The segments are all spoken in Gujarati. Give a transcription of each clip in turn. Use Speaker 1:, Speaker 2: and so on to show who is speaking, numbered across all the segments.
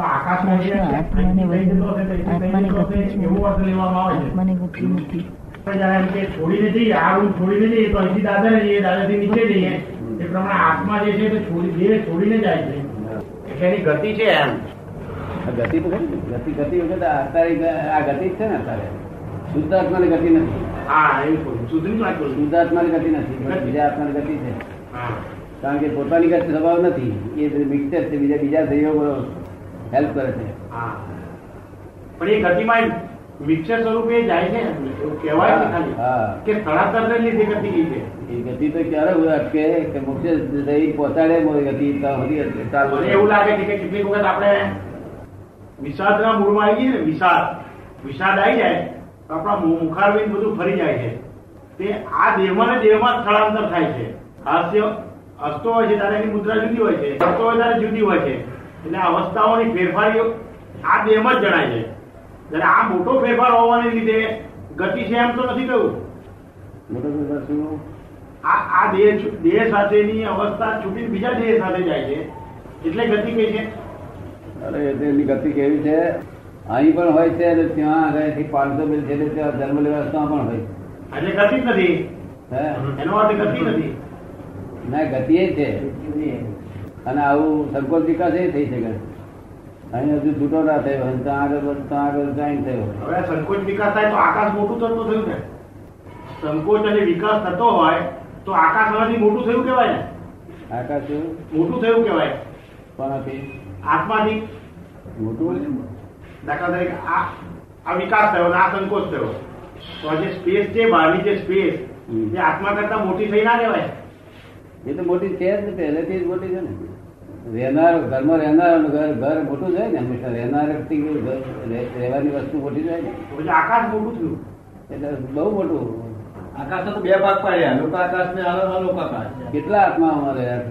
Speaker 1: પ્રશ્ન આત્માને વધુ આત્માને ગતિ છે આત્માને ગતિ નથી
Speaker 2: છોડી નથી આ હું છોડીને જઈએ તો અહીંથી દાદા ને જઈએ દાદાથી નીચે જઈએ એ પ્રમાણે આત્મા જે છે તે છોડી જે છોડીને જાય છે એટલે એની ગતિ છે એમ
Speaker 3: આ ગતિ તો ખરી ને. ગતિ ગતિ વખત આ અત્યારે ગ- આ ગતિ જ છે ને અત્યારે શુદ્ધ આત્માની ગતિ નથી
Speaker 2: હા એવું કહું સુધરી વાત કરું છું.
Speaker 3: શુદ્ધ આત્માની ગતિ નથી પણ બીજા આત્માની ગતિ છે
Speaker 2: હા
Speaker 3: કારણ કે પોતાની ગતિ સ્વભાવ નથી એ મિક્સર છે બીજા બીજા સહયોગો હેલ્પ કરે છે
Speaker 2: હા પણ એ ગતિમાં મિક્સર સ્વરૂપે જાય છે ને. એવું કહેવાય છે ખાલી
Speaker 3: હા.
Speaker 2: કે સ્થળાંતર ને લીધે ગતિ ગઈ છે
Speaker 3: એ ગતિ તો ક્યારે ઉભી અટકે કે મોક્ષે જઈ પહોંચાડે મોરી ગતિ ત્યાં સુધી અટકે. ચાલુ
Speaker 2: મને એવું લાગે છે કે કેટલીક વખત આપણે વિષાદના મૂળમાં આવી જઈએ ને વિષાદ વિષાદ આવી જાય તો આપણા મુ- મુખારવિંદ બધું ફરી જાય છે તે આ દેહમાં ને દેહમાં સ્થળાંતર થાય છે હાસ્ય હસતો હોય છે ત્યારે એની મુદ્રા જુદી હોય છે હસતો હોય ત્યારે જુદી હોય છે એટલે આ અવસ્થાઓની ફેરફારીઓ આ દેહમાં જ જણાય છે એટલે આ મોટો ફેરફાર હોવાને લીધે ગતિ છે એમ તો નથી કહ્યું
Speaker 3: મોટો ફેરફાર શું હોવું?
Speaker 2: આ આ દેહ છુ- દેહ સાથેની અવસ્થા છૂટીને બીજા દેહ સાથે જાય છે એટલે ગતિ કહે છે
Speaker 3: અરે એની ગતિ કેવી છે અહીં પણ હોય છે અને ત્યાં આગળથી પાંચસો મિલ છે એટલે ત્યાં જન્મ લેવા ત્યાં પણ હોય
Speaker 2: એટલે ગતિ જ નથી
Speaker 3: છે હે?
Speaker 2: એનો અર્થ ગતિ નથી
Speaker 3: ના ગતિ એ છે અને આવું સંકોચ વિકાસ એ થઈ શકે અહીં હજુ છૂટો ના થયો અને ત્યાં આગળ બધું ત્યાં આગળ કાંઈ થયો
Speaker 2: હવે આ સંકોચ વિકાસ થાય તો આકાશ મોટું થતું થયું ને સંકોચ અને વિકાસ થતો હોય તો આકાશ આનાથી મોટું થયું કહેવાય ને
Speaker 3: આકાશ એવું?
Speaker 2: મોટું થયું કહેવાય
Speaker 3: કોનાથી
Speaker 2: આત્માથી
Speaker 3: મોટું
Speaker 2: દાખલા તરીકે આ આ વિકાસ થયો અને આ સંકોચ થયો તો આ જે સ્પેસ છે બહારની જે સ્પેસ
Speaker 3: હમ.
Speaker 2: જે આત્મા કરતા મોટી થઈ ના કહેવાય
Speaker 3: એ તો મોટી છે જ ને પહેલેથી જ મોટી છે ને રહેનાર ઘરમાં રહેનાર ઘર ઘર મોટું થાય ને હંમેશા રહેનાર વ્યક્તિ ઘર રહે- રહેવાની વસ્તુ મોટી થાય ને
Speaker 2: તો પછી આકાશ મોટું થયું
Speaker 3: એટલે બહુ મોટું
Speaker 4: આકાશ તો બે ભાગ પાડ્યા લોકાકાશ ને અલોકાકાશ
Speaker 3: કેટલા આત્મા રહ્યા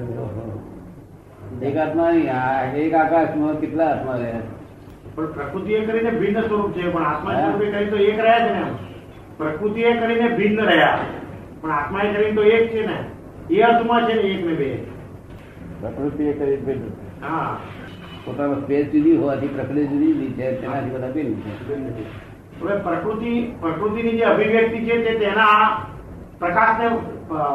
Speaker 3: છે એક આત્મા નહીં આ એક આકાશમાં કેટલા આત્મા રહ્યા
Speaker 2: પણ પ્રકૃતિ એ કરીને ભિન્ન સ્વરૂપ છે પણ આત્મા
Speaker 3: હા.
Speaker 2: સ્વરૂપે કરી તો એક રહ્યા છે ને પ્રકૃતિ એ કરીને ભિન્ન રહ્યા પણ આત્મા એ કરીને તો એક છે ને એ અર્થમાં છે ને એક ને બે
Speaker 3: છે પ્રકૃતિ એ કરી પેલું.
Speaker 2: હા
Speaker 3: પોતાનો સ્પેસ જુદી હોવાથી પ્રકૃતિ જુદી જુદી છે તેનાથી બધા ભિન્ન છે
Speaker 2: હવે પ્રકૃતિ પ્રકૃતિની જે અભિવ્યક્તિ છે તે તેના પ્રકાશને અ,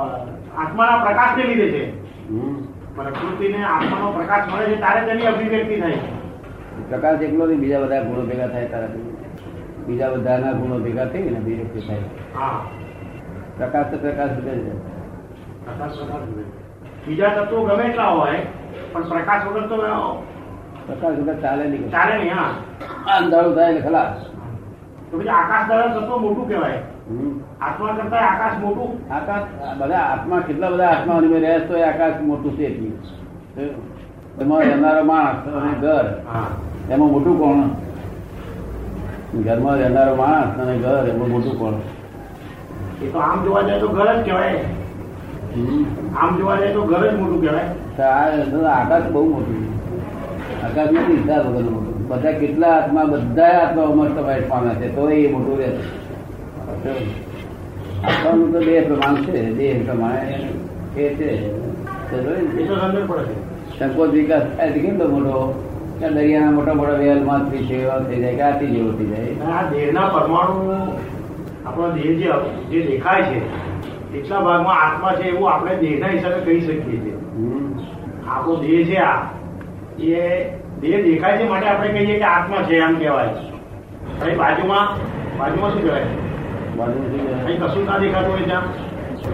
Speaker 2: આત્માના પ્રકાશને લીધે છે
Speaker 3: હમ.
Speaker 2: પ્રકૃતિને આત્માનો પ્રકાશ મળે છે ત્યારે તેની અભિવ્યક્તિ થાય છે
Speaker 3: પ્રકાશ એકલો નહીં બીજા બધા ગુણો ભેગા થાય તારાથી બીજા બધાના ગુણો ભેગા થઈ ને અભિવ્યક્તિ થાય
Speaker 2: હા
Speaker 3: પ્રકાશ તો પ્રકાશ જ છે
Speaker 2: પ્રકાશ વગર જ હોય. બીજા તત્વો ગમે એટલા હોય પણ પ્રકાશ વગર તો
Speaker 3: પ્રકાશ વગર ચાલે નહીં
Speaker 2: ચાલે નહીં હા
Speaker 3: આ અંધારું થાય એટલે ખલાસ
Speaker 2: તો પછી આકાશ દ્વારા તત્વ મોટું કહેવાય
Speaker 3: હમ.
Speaker 2: આત્મા કરતા આકાશ મોટું
Speaker 3: આકાશ આ બધા આત્મા કેટલા બધા આત્મા અનુભવી રહ્યા છે તો એ આકાશ મોટું છે એટલું એમાં રહેનારો માણસ અને ઘર
Speaker 2: હા
Speaker 3: એમાં મોટું કોણ ઘરમાં રહેનારો માણસ અને ઘર એમાં મોટું કોણ
Speaker 2: એ તો આમ જોવા જાય તો ઘર જ કહેવાય
Speaker 3: હમ.
Speaker 2: આમ જોવા જાય તો ઘર જ મોટું કહેવાય
Speaker 3: તો આ આકાશ બહુ મોટું છે આકાશ નથી હિસાબ વગરનું મોટું બધા કેટલા આત્મા બધા આત્મા અમર તમારે પામે છે તો એ મોટું રહે છે આત્માનું તો દેહ પ્રમાણ છે દેહ પ્રમાણે એ છે ચલો ને?
Speaker 2: એ તો સમજણ પડે છે
Speaker 3: સંકોચ વિકાસ થાય છે કેટલો મોટો કે દરિયાના મોટા મોટા વેલ માંથી છે એવા થઈ જાય કે આથી જેવો થઈ જાય
Speaker 2: અને આ દેહના પરમાણુ આપણો દેહ જે જે દેખાય છે એટલા ભાગમાં આત્મા છે એવું આપણે દેહના હિસાબે કહી શકીએ છીએ
Speaker 3: હમ.
Speaker 2: આપણો દેહ છે આ એ દેહ દેખાય છે માટે આપણે કહીએ કે આત્મા છે એમ કહેવાય અહીં બાજુમાં બાજુમાં શું કહેવાય
Speaker 3: બાજુમાં શું કહેવાય?
Speaker 2: અહીં કશું ના દેખાતું હોય ત્યાં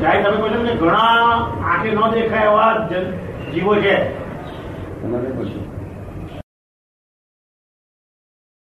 Speaker 2: ત્યારે તમે કહો છો કે ઘણા આંખે ન દેખાય એવા જ જીવો છે
Speaker 3: તમારે શું કહેવું?